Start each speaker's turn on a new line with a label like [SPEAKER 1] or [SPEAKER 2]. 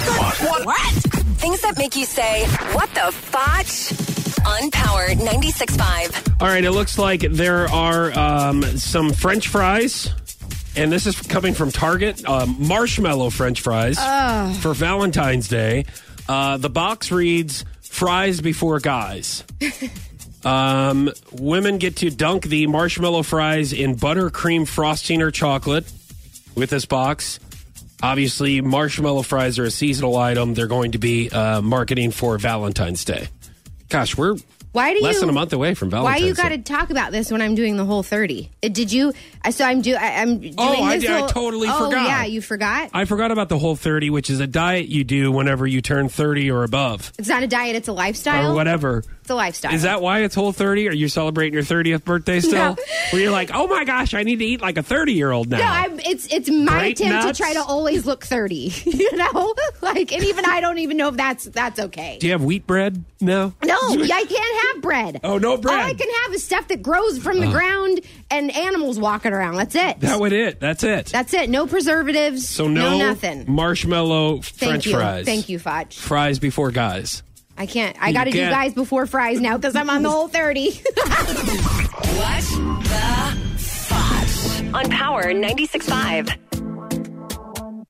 [SPEAKER 1] what? What?
[SPEAKER 2] Things that make you say, what the fotch? On Power 96.5.
[SPEAKER 1] All right, it looks like there are um, some French fries. And this is coming from Target um, marshmallow French fries
[SPEAKER 3] Ah.
[SPEAKER 1] for Valentine's Day. Uh, the box reads fries before guys. um, women get to dunk the marshmallow fries in buttercream frosting or chocolate with this box. Obviously, marshmallow fries are a seasonal item. They're going to be uh, marketing for Valentine's Day. Gosh, we're
[SPEAKER 3] Why do
[SPEAKER 1] less
[SPEAKER 3] you-
[SPEAKER 1] than a month away from
[SPEAKER 3] Why
[SPEAKER 1] Valentine's
[SPEAKER 3] you
[SPEAKER 1] Day.
[SPEAKER 3] got to talk about this when I'm doing the whole 30? Uh, Did you? I- So I'm do. I, I'm doing
[SPEAKER 1] Oh, I
[SPEAKER 3] this
[SPEAKER 1] did- I
[SPEAKER 3] whole-
[SPEAKER 1] totally
[SPEAKER 3] oh,
[SPEAKER 1] forgot.
[SPEAKER 3] Yeah, you forgot.
[SPEAKER 1] I forgot about the whole 30, which is a diet you do whenever you turn 30 or above
[SPEAKER 3] it's not a diet. It's a lifestyle.
[SPEAKER 1] or whatever.
[SPEAKER 3] It's a lifestyle.
[SPEAKER 1] Is that why it's whole 30? Are you celebrating your 30th birthday still?
[SPEAKER 3] No.
[SPEAKER 1] Where you're like, oh my gosh, I need to eat like a 30 year old now.
[SPEAKER 3] No, I'm, it's it's my
[SPEAKER 1] Great
[SPEAKER 3] attempt
[SPEAKER 1] nuts?
[SPEAKER 3] to try to always look 30. You know, like, and even I don't even know if that's that's okay.
[SPEAKER 1] do you have wheat bread? No.
[SPEAKER 3] No, I can't have bread.
[SPEAKER 1] Oh, no bread. Uh-huh.
[SPEAKER 3] All I can have is stuff that grows from the ground and animals walking around. That's it.
[SPEAKER 1] That was it. That's it.
[SPEAKER 3] That's it. No preservatives.
[SPEAKER 1] so no,
[SPEAKER 3] nothing.
[SPEAKER 1] marshmallow
[SPEAKER 3] Thank
[SPEAKER 1] french
[SPEAKER 3] you.
[SPEAKER 1] fries.
[SPEAKER 3] Thank you, Fudge.
[SPEAKER 1] Fries before guys.
[SPEAKER 3] I can't. I got to do
[SPEAKER 1] can't.
[SPEAKER 3] guys before fries now because I'm on the whole 30.
[SPEAKER 2] What the fotch? On Power 96.5.